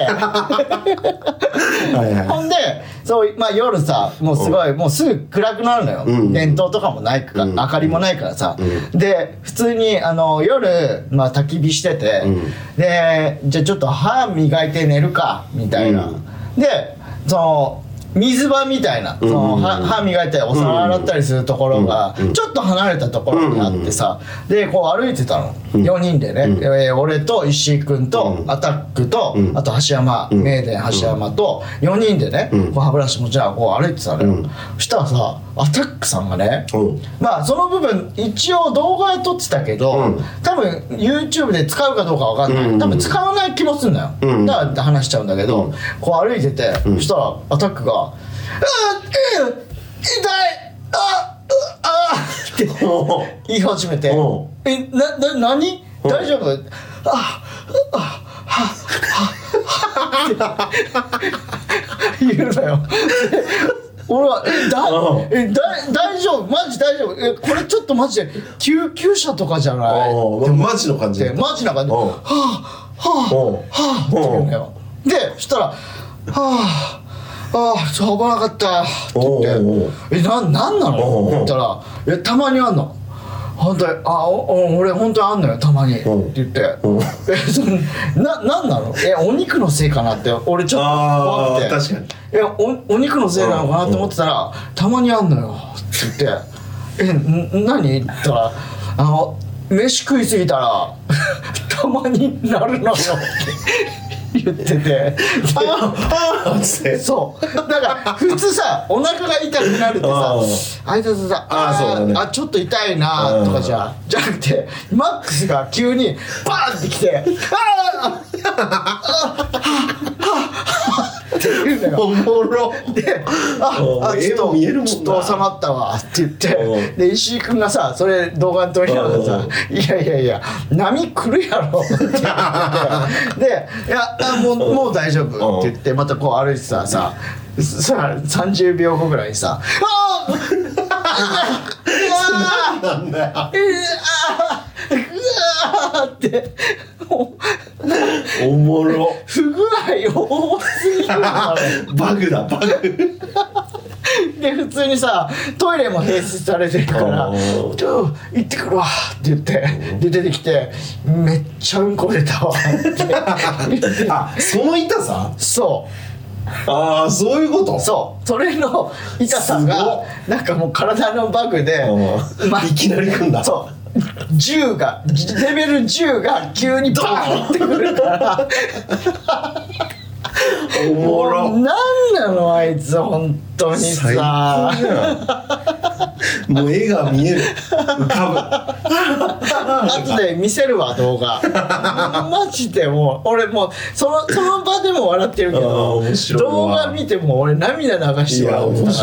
S2: はいは
S1: ほんでそう、まあ、夜さもうすごい、もうすぐ暗くなるのよ、
S2: うん
S1: 電灯とかもないから、
S2: うん
S1: 明かりもないからさ、で普通にあの夜、まあ、焚き火してて、
S2: うん
S1: でじゃあちょっと歯磨いて寝るかみたいな、
S2: うん
S1: でその水場みたいなその
S2: うん
S1: 歯歯磨いたりお皿洗ったりするところが、ちょっと離れたところにあってさ、でこう歩いてたの、4人でね、えー俺と石井君と、アタックと、
S2: ん
S1: あと橋山、
S2: ん
S1: 名電橋山と4人でね、
S2: ん
S1: こう歯ブラシ持ちながらこう歩いてたのよ、
S2: うん
S1: そしたらさアタックさんがね、
S2: うん
S1: まあその部分一応動画で撮ってたけど、
S2: うん
S1: 多分 YouTube で使うかどうかわかんない、
S2: うん
S1: 多分使わない気もするのよ、
S2: うん
S1: だから話しちゃうんだけど、
S2: うん
S1: こう歩いてて、そしたらアタックが「あうん痛いあうあーって
S2: おう
S1: 言い始めて
S2: おう
S1: 「えなな何大丈夫?」ああは言うのよ。俺はえだ
S2: うん
S1: えだ大丈夫マジ大丈夫えこれちょっとマジで救急車とかじゃないっ
S2: おうマジの感じ
S1: て
S2: で
S1: マジな感じ
S2: うん
S1: はあは
S2: うん
S1: あはあって言うのよでそしたら「はあああそう危なかった」って言って
S2: おうおう
S1: 「えななんな
S2: おうお
S1: の?」
S2: う
S1: って言ったら「えたまにあんの」本当にあおお俺本当にあんのよたまにって
S2: うん
S1: 言って
S2: う
S1: 「
S2: ん
S1: えそのななんなのえお肉のせいかな」って俺ちょっと怖くて
S2: あー確かに
S1: いやおお肉のせいなのかなと思ってたら「たまにあんのよ」って言って「えん何?」って言ったら「あの飯食いすぎたら たまになるのよ」って言って て
S2: あーつって
S1: そうだから普通さお腹が痛くなるってさ挨拶さ
S2: あーそうだね
S1: あちょっと痛いな」とかじゃじゃなくてマックスが急にバーンってきて「あーあーあーあーあーって言うのよ。
S2: おもろ
S1: で「 あ
S2: う
S1: あ
S2: ん
S1: ちょっ
S2: 絵も見えるも
S1: と
S2: んな
S1: ちょっと収まったわ」って言っ
S2: う
S1: てで石井君がさそれ動画に撮りながらさ「
S2: う
S1: いやいやいや波来るや ろ」って言ってで「いやあもうもう大丈夫」って言ってまたこう歩いてたらささ30秒後ぐらいにさ「あーあー
S2: なんだよ
S1: うわーうわーってもう
S2: おもろ
S1: 不具合多すぎるから
S2: バグだバグ
S1: で普通にさトイレも併設されてるから
S2: お
S1: 「
S2: ー
S1: ちょ行ってくるわ」って言ってで出てきて「めっちゃうんこ出たわ」って言って
S2: あその痛さ
S1: そ
S2: ああそういうこと
S1: うそうそれの痛さがなんかもう体のバグで
S2: うん
S1: まあ
S2: いきなり来んだ
S1: そう10がレベル10が急にバーンってくるから
S2: おもろ
S1: もう何なのあいつ本当に
S2: 最高
S1: さ
S2: じゃんもう絵が見える浮か
S1: 後で見せるわ動画 マジでもう俺もうそのその場でも笑ってるけ
S2: あ
S1: ど
S2: ー面白いわ
S1: 動画見てもう俺涙流
S2: ぶ
S1: し
S2: い
S1: て
S2: や
S1: 笑って
S2: 面
S1: たから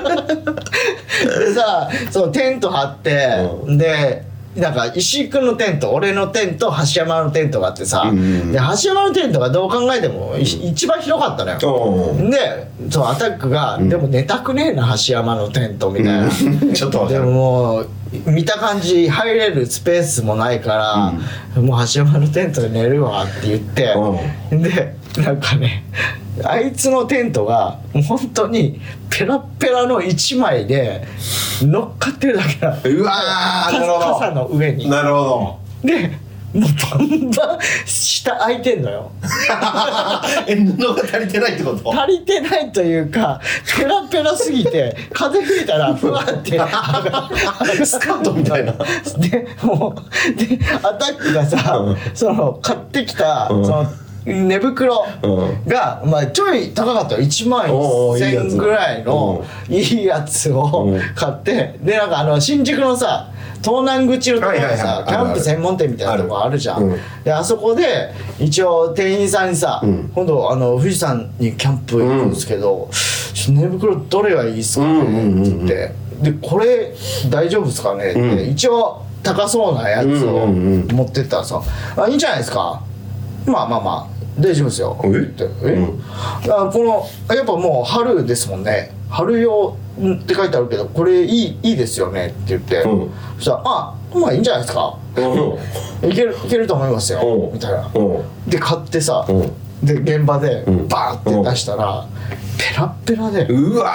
S2: 白い
S1: でさそのテント張って、
S2: う
S1: でなんか石井君のテント俺のテント橋山のテントがあってさ、
S2: うんうんうん
S1: で橋山のテントがどう考えてもい一番広かったのよ、
S2: う
S1: でそうアタックが、でも寝たくねえな橋山のテント」みたいな。
S2: ん ちょっとわ
S1: で
S2: か
S1: も
S2: る
S1: もう見た感じ入れるスペースもないから、もう橋山のテントで寝るわって言って、でなんかねあいつのテントがもう本当にペラッペラの1枚で乗っかってるだけなの
S2: うわーなるほど
S1: 傘の上に
S2: なるほ ど
S1: でもうバンバン下開いてんのよ
S2: え布が足りてないってこと
S1: 足りてないというかペラペラすぎて風吹いたらふわって
S2: スカートみたいな
S1: でもうでアタックがさ、
S2: うん
S1: その買ってきた、
S2: うん
S1: その寝袋が、まあ、ちょい高かったよ1万
S2: おうおういいや
S1: 1000
S2: つ
S1: 円ぐらいのいいやつを
S2: うん
S1: 買って、でなんかあの新宿のさ東南口のところにさ、
S2: はいはいはい
S1: キャンプ専門店みたいなとこあるじゃん
S2: あるうん
S1: であそこで一応店員さんにさ「
S2: ん
S1: 今度あの富士山にキャンプ行くんですけど、ちょっと寝袋どれがいいですかね?」
S2: うんうんうんうん
S1: って言って。でこれ大丈夫ですかねって、
S2: うん
S1: 一応高そうなやつを
S2: うんうんうん
S1: 持ってったらさ「あいいんじゃないですかまあまあまあ大丈夫ですよ
S2: え
S1: ってえ、
S2: うん
S1: あこのやっぱもう春ですもんね春用って書いてあるけどこれいいいいですよねって言って、
S2: うん
S1: そしたら「あまあいいんじゃないですかいけるいけると思いますよ」
S2: うん
S1: みたいな
S2: うん
S1: で買ってさ、
S2: う
S1: で現場で
S2: ん
S1: バーって出したら、ペラッペラで
S2: うわ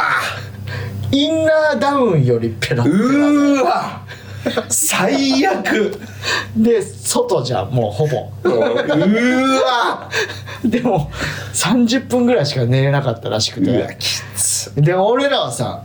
S1: インナーダウンよりペラッペラで
S2: うーわ最悪
S1: で外じゃもうほぼ。
S2: うわ
S1: でも30分ぐらいしか寝れなかったらしく
S2: うわ
S1: て
S2: きつ
S1: で俺らはさ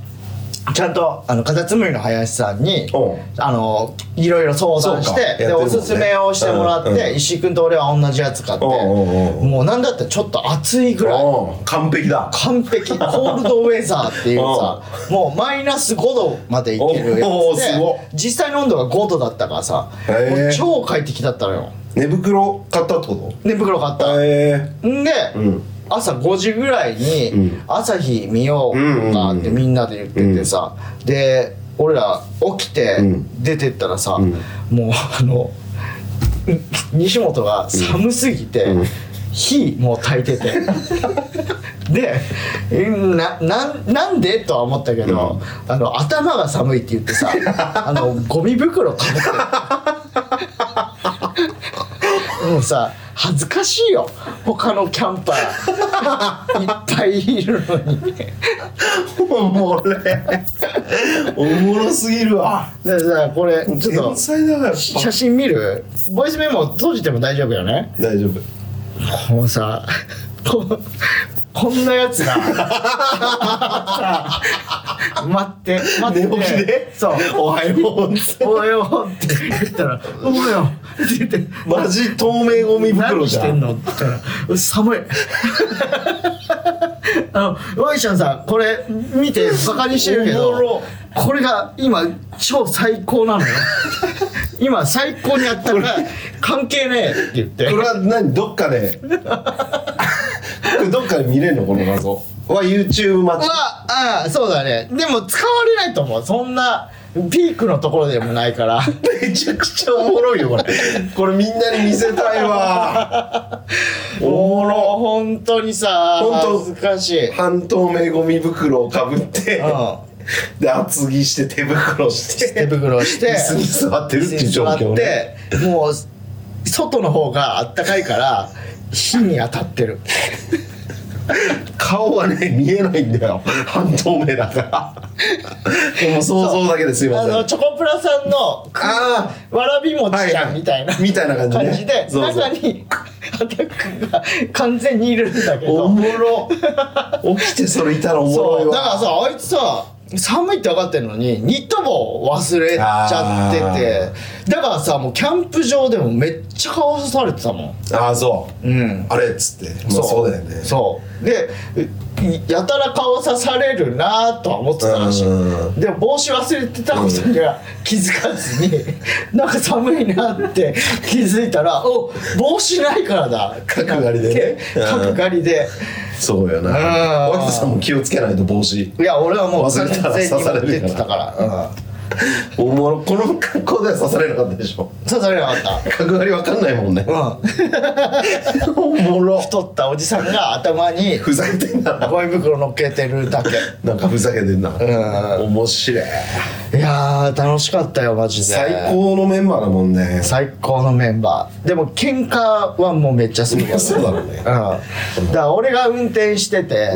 S1: ちゃんとあのカタツムリの林さんに
S2: うん
S1: あのいろいろ相談し
S2: そうかやっててる
S1: で
S2: もん
S1: お
S2: ね
S1: すすめをしてもらって、
S2: うんうん
S1: 石井君と俺は同じやつ買って
S2: おうおうおう
S1: もうなんだったらちょっと暑いぐらい
S2: うん完璧だ
S1: 完璧コールドウェザーっていうさもうマイナス5度までいけるや
S2: おー
S1: つ
S2: すごっ
S1: で実際の温度が5度だったからさ
S2: へー
S1: もう超快適だったのよ
S2: 寝袋買ったってこ
S1: 寝袋買った
S2: とえ
S1: んで、
S2: ん
S1: 朝5時ぐらいに
S2: う
S1: 「
S2: ん
S1: 朝日見ようか」ってみんなで言っててさ、で俺ら起きて
S2: ん
S1: 出てったらさ、もうあの西本が寒すぎて、火もう焚いて てでななんなんでとは思ったけど、あの頭が寒いって言って さあのゴミ袋かぶってもうさ恥ずかしいよ他のキャンパ ーいっぱいいるのに
S2: おもれおもろすぎるわ
S1: でさこれちょっ
S2: 天
S1: と
S2: 才だやっぱ
S1: 写真見るボイスメモ閉じても大丈夫よね
S2: 大丈夫
S1: もうさここんなやつが さ待って待って
S2: 寝起き で
S1: そう
S2: おはよう
S1: おはようって言ったら「おはよう」って言って
S2: マジ透明ゴミ袋
S1: 何
S2: じ
S1: し
S2: ゃ
S1: てんのって言ったらうん「 寒い」あのワイシャンさんこれ見てバカにしてるけど
S2: おもろ
S1: これが今超最高なのよ 今最高にやったから関係ねえって言って
S2: これは何どっかでこれどっかで見れるのこの画像は YouTube 待 ち
S1: はああそうだねでも使われないと思うそんなピークのところでもないから
S2: めちゃくちゃおもろいよこれこれみんなに見せたいわ おもろ
S1: 本当にさ
S2: 本当
S1: 恥ずかしい、うん、
S2: 半透明ゴミ袋をかぶってで厚着して手袋して
S1: 手袋して
S2: 椅子に座ってるっていう状況ね
S1: 座ってもう外の方があったかいから火に当たってる
S2: 顔はね見えないんだよ半透明 だからもう想像だけですいま
S1: あ
S2: せん
S1: のチョコプラさんの
S2: あ
S1: わらび餅ち
S2: はい
S1: ゃ
S2: は
S1: ん
S2: い
S1: みたいな、
S2: みたいな感じね
S1: で
S2: そうそう
S1: 中にアタックが完全にいるんだけ
S2: ーお
S1: ど
S2: もろ起きてそれいたらおもろ
S1: そ
S2: いうわ
S1: だからさあいつさ寒いって分かってるのにニット帽を忘れちゃっててだからさもうキャンプ場でもめっちゃ顔されてたもん
S2: ああそう、
S1: うん
S2: あれっつってまあそうだよね
S1: そうでいやたら顔さされるなとは思ってたらし
S2: う
S1: いでも帽子忘れてたことには気づかずに、 なんか寒いなって 気づいたら「お帽子ないからだ」
S2: 角刈りでね
S1: 角刈りで。
S2: そうよな
S1: うん
S2: 脇田さんも気をつけないと帽子
S1: いや俺はもう
S2: 忘れた
S1: 完
S2: ら
S1: 全に
S2: 刺され
S1: 持
S2: るから
S1: ってってたから、
S2: おもろこの格好では刺されなかったでしょ
S1: うん、刺されなかった
S2: 角刈りわかんないもんね
S1: うん、
S2: おもろ
S1: 太ったおじさんが頭に
S2: ふざけてんな
S1: ゴミ袋乗っけてるだけ
S2: なんかふざけてんな面白い
S1: いやー楽しかったよマジで
S2: 最高のメンバーだもんね
S1: 最高のメンバーでも喧嘩はもうめっちゃするから
S2: そうだろう
S1: う
S2: ね
S1: ん、だから俺が運転してて、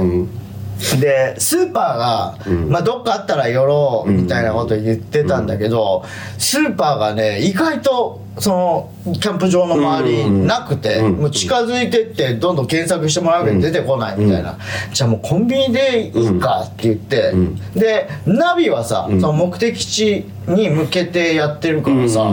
S1: でスーパーが、まあ、どっかあったら寄ろうみたいなこと言ってたんだけど、スーパーがね意外とそのキャンプ場の周りなくて、もう近づいてってどんどん検索してもらうけど出てこないみたいな、じゃあもうコンビニでいいかって言って、でナビはさ、その目的地に向けてやってるからさ、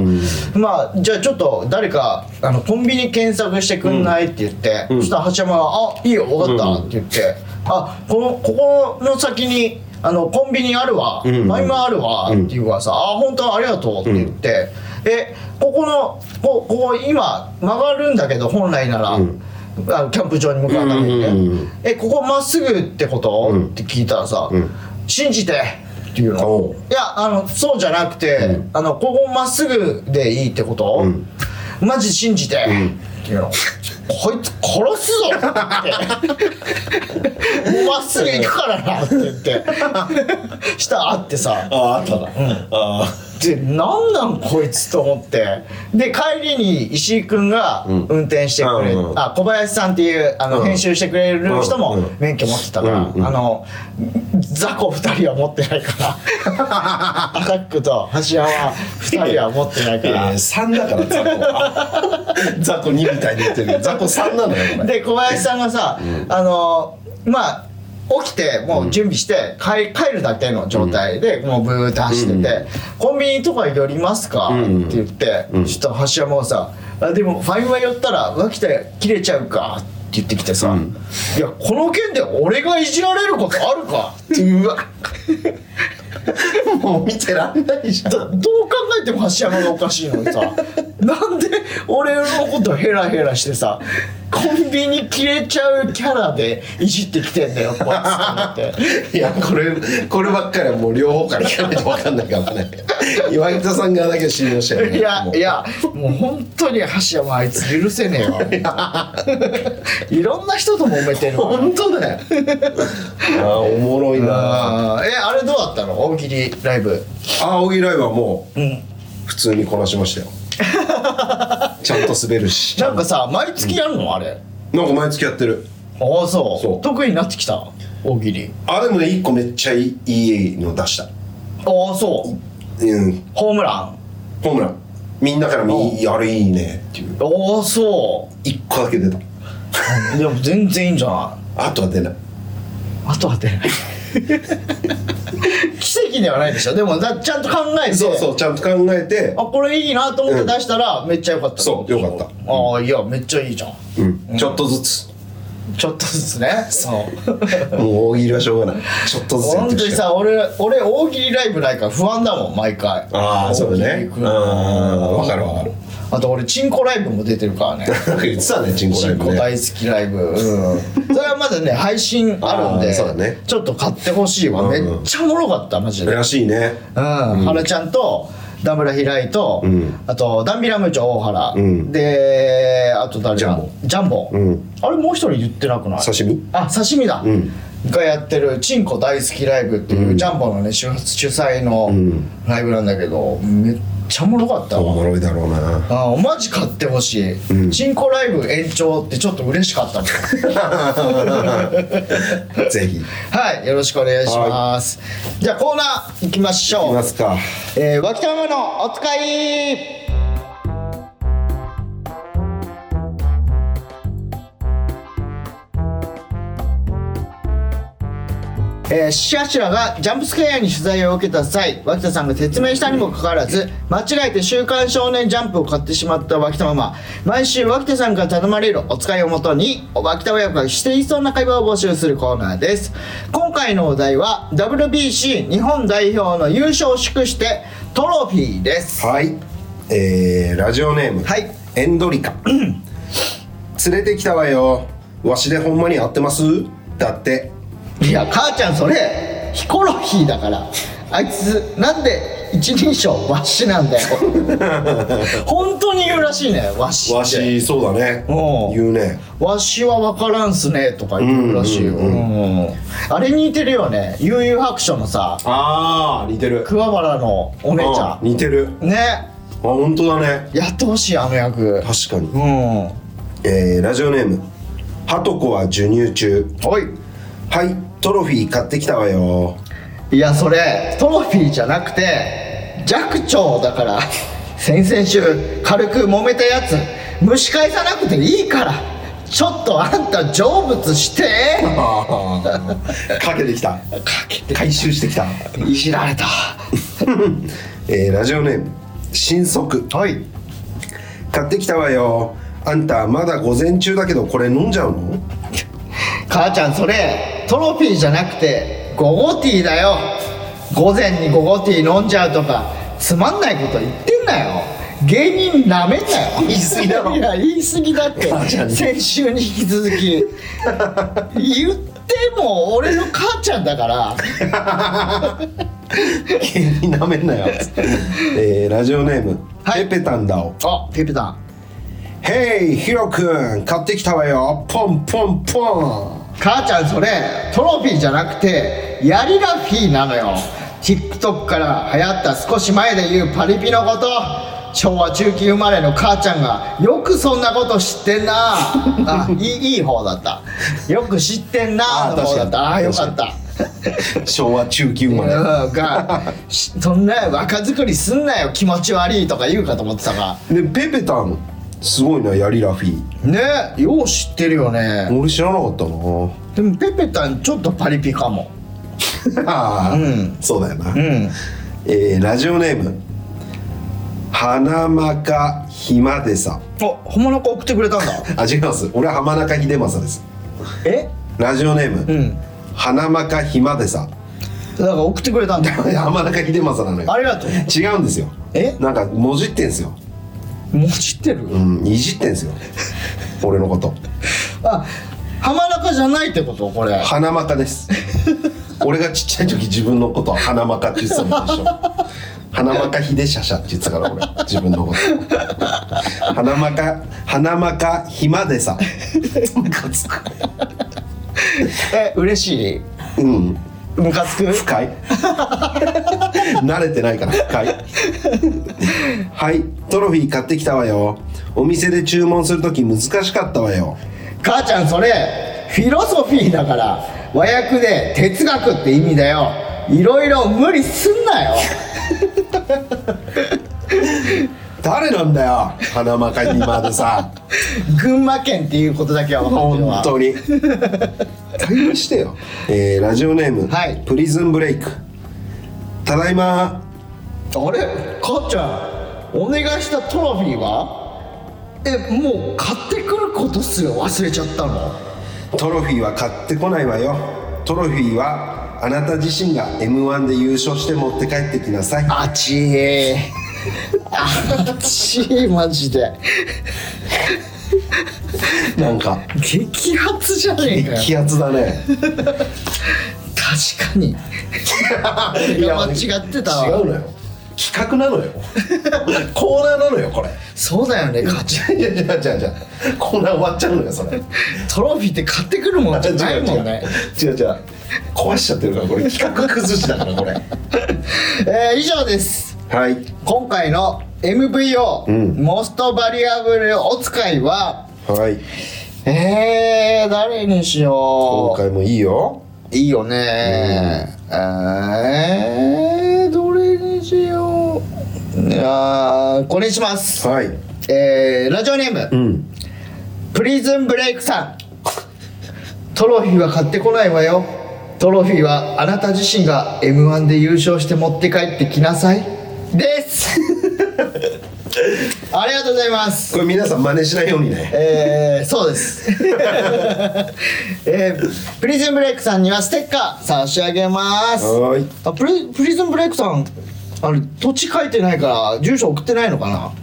S1: まあじゃあちょっと誰かあのコンビニ検索してくんないって言って、そしたら橋山が「あいいよ分かった」って言って「あこのここの先にあのコンビニあるわ、
S2: ん
S1: マイマーあるわ」って言うからさ「あ本当ありがとう」って言って「えここのこここ今曲がるんだけど本来なら、あのキャンプ場に向かうためにね、
S2: うんうんうんうん
S1: えここまっすぐってこと?」って聞いたらさ「信じて」っていうの。
S2: おう
S1: いやあのそうじゃなくて、あ のここまっすぐでいいってこと、マジ信じて、っていうのこいつ殺すぞってもうまっすぐ行くからなって言 って下会ってさ
S2: あああったな、ああ
S1: で何なんこいつと思ってで帰りに石井君が
S2: ん
S1: 運転してくれ、
S2: うんうん
S1: あ小林さんっていうあの、
S2: うん
S1: 編集してくれる人も
S2: うんうん
S1: 免許持ってたから、
S2: うんうん
S1: あの雑魚2人は持ってないからア タックと橋山2人は持ってないか
S2: いやい
S1: ら
S2: や。三だから雑魚は 雑魚二みたいに言ってるけど雑魚三なのよこれ
S1: で小林さんがさ、あのまあ起きてもう準備して帰,、帰るだけの状態でもうブーって走ってて「コンビニとか寄りますか
S2: ん
S1: って言って、ちょっと橋山がさ「あでもファミマ寄ったら浮気で切れちゃうか」って言ってきてさ「いやこの件で俺がいじられることあるか」ってうわ
S2: もう見てらんないじゃん
S1: どどう考えても橋山がおかしいのにさなんで俺のことヘラヘラしてさコンビニ切れちゃうキャラでいじってきてんだよこいつと思って
S2: いやこれこればっかりはもう両方から聞かないと分かんないからね岩井田さん側だけ信用してるね
S1: いや
S2: もう
S1: いやもう本当に橋山あいつ許せねえわいろんな人と揉めてるわ
S2: 本当だよああおもろいなあ
S1: あーえあれどうだったの大喜利ライブ
S2: あ青木ライブはもう、
S1: ん
S2: 普通にこなしましたよ ちゃんと滑るし
S1: なんかさ毎月やるのあれ
S2: なんか毎月やってる
S1: ああそう
S2: そう
S1: 得意になってきた大喜利
S2: あでもね一個めっちゃいいいいの出した
S1: ああそう
S2: うん
S1: ホームラン
S2: ホームランみんなから
S1: お
S2: み「あれいいね」っていう
S1: ああそう
S2: 一個だけ出た
S1: でも全然いいんじゃな
S2: あとは出ない
S1: いあとは出ない 奇跡ではないでしょでもだちゃんと考えて
S2: そうそうちゃんと考えて
S1: あこれいいなと思って出したらめっちゃ良かった
S2: そう良かった
S1: ああいやめっちゃいいじゃん
S2: うんちょっとずつ
S1: ちょっとずつねそう
S2: もう大喜利はしょうがないちょっとずつやっ
S1: 本
S2: て
S1: 当に
S2: きて
S1: さ俺俺大喜利ライブないから不安だもん毎回
S2: ああそうだ
S1: 大喜
S2: ね
S1: 利行
S2: う
S1: く
S2: ん
S1: の
S2: わかるわかる
S1: あと俺チンコライブも出てるからね
S2: なんか言ってたね チンコ
S1: チ
S2: ライ
S1: ン
S2: ブ
S1: コ大
S2: ね
S1: 好きライブ、うん、それはまだね配信あるん
S2: あ
S1: で
S2: ーそうだね
S1: ちょっと買ってほしいわ、
S2: うんうん
S1: めっちゃおもろかったマジで
S2: らしいね
S1: うん、原ちゃんとダムラ平井と、
S2: ん
S1: あとダンビラムーチョ大原、
S2: ん
S1: であと誰だ
S2: ジャンボ
S1: ジャンボ、
S2: うん
S1: あれもう一人言ってなくない
S2: 刺身
S1: あ刺身だ、
S2: ん
S1: がやってる「チンコ大好きライブ」っていう、ジャンボのね主主催の
S2: ん
S1: ライブなんだけどめっちゃおもろかった
S2: お
S1: わ、
S2: もろいだろうな
S1: あーマジ買ってほしい、チンコライブ延長ってちょっと嬉しかった もん
S2: ぜひい
S1: はいよろしくお願いしますじゃあコーナー行きましょう
S2: ますか
S1: えー、脇田ママのおつかいえー、シアシュラがジャンプスクエアに取材を受けた際脇田さんが説明したにもかかわらず間違えて「週刊少年ジャンプ」を買ってしまった脇田ママ毎週脇田さんから頼まれるお使いをもとに脇田親子がしていそうな会話を募集するコーナーです今回のお題は WBC 日本代表の優勝を祝してトロフィーです
S2: はい、えーラジオネーム、
S1: はい
S2: エンドリ カ連れてきたわよわしでほんまに合ってますだって
S1: いや母ちゃんそれヒコロヒーだからあいつなんで一人称わしなんだよ本当に言うらしいねわしって
S2: わしそうだね
S1: おう
S2: 言うね
S1: わしは分からんすねとか言うらしいよ、
S2: うんうん
S1: うんあれに似てるよね悠々白書のさ
S2: ああ似てる
S1: 桑原のお姉ちゃ
S2: 似てる
S1: んね
S2: あ本当だね
S1: やってほしいあの役
S2: 確かに
S1: う、んは
S2: えーラジオネームはとこは授乳中はいトロフィー買ってきたわよ
S1: いいやそれトロフィーじゃなくて弱聴だから先々週軽く揉めたやつ蒸し返さなくていいからちょっとあんた成仏して
S2: ああ かけてきた
S1: かけて
S2: 回収してきた、
S1: いじられた
S2: えーラジオネーム新速
S1: はい
S2: 買ってきたわよあんたまだ午前中だけどこれ飲んじゃうの
S1: 母ちゃんそれトロフィーじゃなくて午後ティーだよ午前に午後ティー飲んじゃうとかつまんないこと言ってんなよ芸人なめんなよ言い過ぎだろいや言い過ぎだって
S2: 母ちゃんに
S1: 先週に引き続き言っても俺の母ちゃんだから
S2: 芸人 なめんなよ、えーラジオネーム、
S1: はい
S2: ペペタンダオ
S1: あペペさん
S2: 「ヘイヒロ君買ってきたわよポンポンポン」
S1: 母ちゃんそれトロフィーじゃなくてヤリラフィーなのよ TikTok から流行った少し前で言うパリピのこと昭和中期生まれの母ちゃんがよくそんなこと知ってんなあいいいい方だったよく知ってんな
S2: あ
S1: の方だったああーよ
S2: 確か
S1: か
S2: に
S1: った
S2: 昭和中期生まれ
S1: うんがしそんな若作りすんなよ気持ち悪いとか言うかと思ってたが
S2: でペペタンすごいなヤリラフィ
S1: ねよう知ってるよね
S2: 俺知らなかったな
S1: でもペペタンちょっとパリピかも
S2: ああ、
S1: うん
S2: そうだよな、
S1: うん
S2: えーラジオネーム花中ひまでさ
S1: お浜中送ってくれたんだ
S2: あ違います俺は浜中秀正です
S1: え
S2: ラジオネーム、
S1: うん
S2: 花中ひまでさ
S1: だから送ってくれたんだ
S2: 浜中秀正なのよ
S1: ありがとう
S2: 違うんですよ
S1: え
S2: なんかもじってんすよ
S1: もう知ってる
S2: うんいじってんす よ俺のこと
S1: あ浜中じゃないってことこれ
S2: 花まかです俺がちっちゃい時自分のことを花まかって言ってたのでしょ花まかひでしゃしゃって言ってたから俺自分のこと花まか花まかひまでさムカつく
S1: え嬉しい
S2: うん
S1: ムカつく
S2: 不快慣れてないから不快はいトロフィー買ってきたわよお店で注文する時難しかったわよ
S1: 母ちゃんそれフィロソフィーだから和訳で哲学って意味だよいろいろ無理すんなよ
S2: 誰なんだよ花まかひまでさ
S1: 群馬県っていうことだけは分かってるわ
S2: 本当に対応してよ、えーラジオネーム、
S1: はい
S2: プリズンブレイクただいま
S1: あれ母ちゃんお願いしたトロフィーはえもう買ってくることすら忘れちゃったの
S2: トロフィーは買ってこないわよトロフィーはあなた自身が m 1で優勝して持って帰ってきなさい
S1: あちーあちーマジで
S2: なんか
S1: 激アツじゃねえかよ
S2: 気圧だね
S1: 確かにいや間違ってたわ
S2: 違うのよ企画なのよコーナーなのよこれ
S1: そうだよね母ちゃん
S2: いやいやいやいやコーナー終わっちゃうのよそれ
S1: トロフィーって買ってくるもんじゃないもんね
S2: 違う違う違う違う壊しちゃってるからこれ企画崩しだからこれ
S1: えー以上です
S2: はい
S1: 今回の MVO、
S2: ん
S1: モストバリアブルお使いは
S2: はい
S1: えー、誰にしよ
S2: 今
S1: う
S2: 回もいいよ
S1: いいよねえー、どれにしよういやーこれにします
S2: はい
S1: えー、ラジオネーム、
S2: うん
S1: プリズンブレイクさんトロフィーは買ってこないわよトロフィーはあなた自身が m 1で優勝して持って帰ってきなさいです ありがとうございます
S2: これ皆さん真似しないようにね
S1: えー、そう です、えー、プリズンブレイクさんにはステッカー差し上げます
S2: はーい
S1: あプリプリズンブレイクさんあれ土地書いてないから住所送ってないのかなっ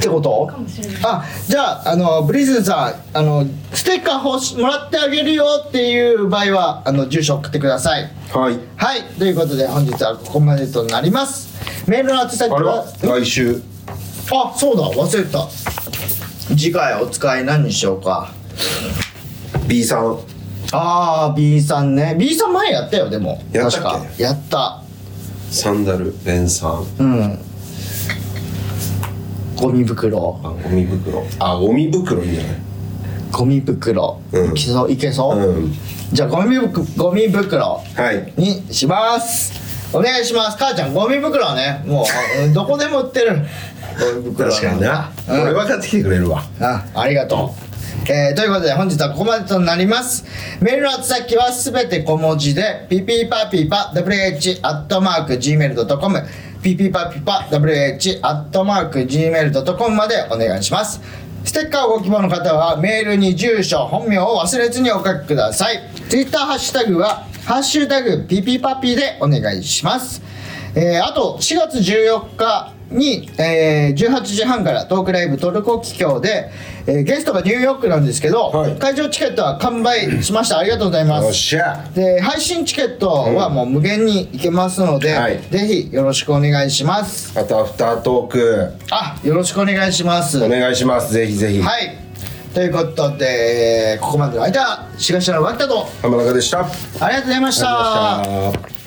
S1: てこと
S3: かもしれない
S1: あじゃああのプリズンさんあのステッカー欲しもらってあげるよっていう場合はあの住所送ってください
S2: はい
S1: はいということで本日はここまでとなりますメールの宛先
S2: あれは
S1: は
S2: 来週
S1: あそうだ忘れてた次回お使い何にしようか
S2: B さん
S1: ああ B さんね B さん前やったよでも
S2: やったっ
S1: 確か
S2: け
S1: やった
S2: サンダルレンさん
S1: うんゴミ袋
S2: あゴミ袋あゴミ袋いいんじゃない
S1: ゴミ袋、
S2: うん
S1: いけそういけそう、
S2: うん
S1: じゃあゴミ袋ゴミ袋
S2: はい
S1: にしますお願いします母ちゃんゴミ袋ねもうあどこでも売って るゴミ袋
S2: 確かにな、
S1: うん
S2: 俺は買ってきてくれるわ
S1: あありがとう。えーということで本日はここまでとなりますメールの宛先はすべて小文字でピピパピパ wh.gmail.com ピピパピパ wh.gmail.com までお願いしますステッカーをご希望の方はメールに住所本名を忘れずにお書きくださいツイッターハッシュタグは「ハッシュタグピピパピ」でお願いしますえーあと4月14日に、えー18時半からトークライブトルコキキョウで、えーゲストがニューヨークなんですけど、
S2: はい
S1: 会場チケットは完売しましたありがとうございま
S2: よっ
S1: す
S2: しゃ
S1: で配信チケットはもう無限にいけますので、
S2: はい
S1: ぜひよろしくお願いします
S2: あとアフタートーク
S1: あよろしくお願いします
S2: お願いしますぜひぜひ、
S1: はいということでここまでの間しがしらの脇田と
S2: 浜中でしたあり
S1: ありがとうございました
S2: がとうございました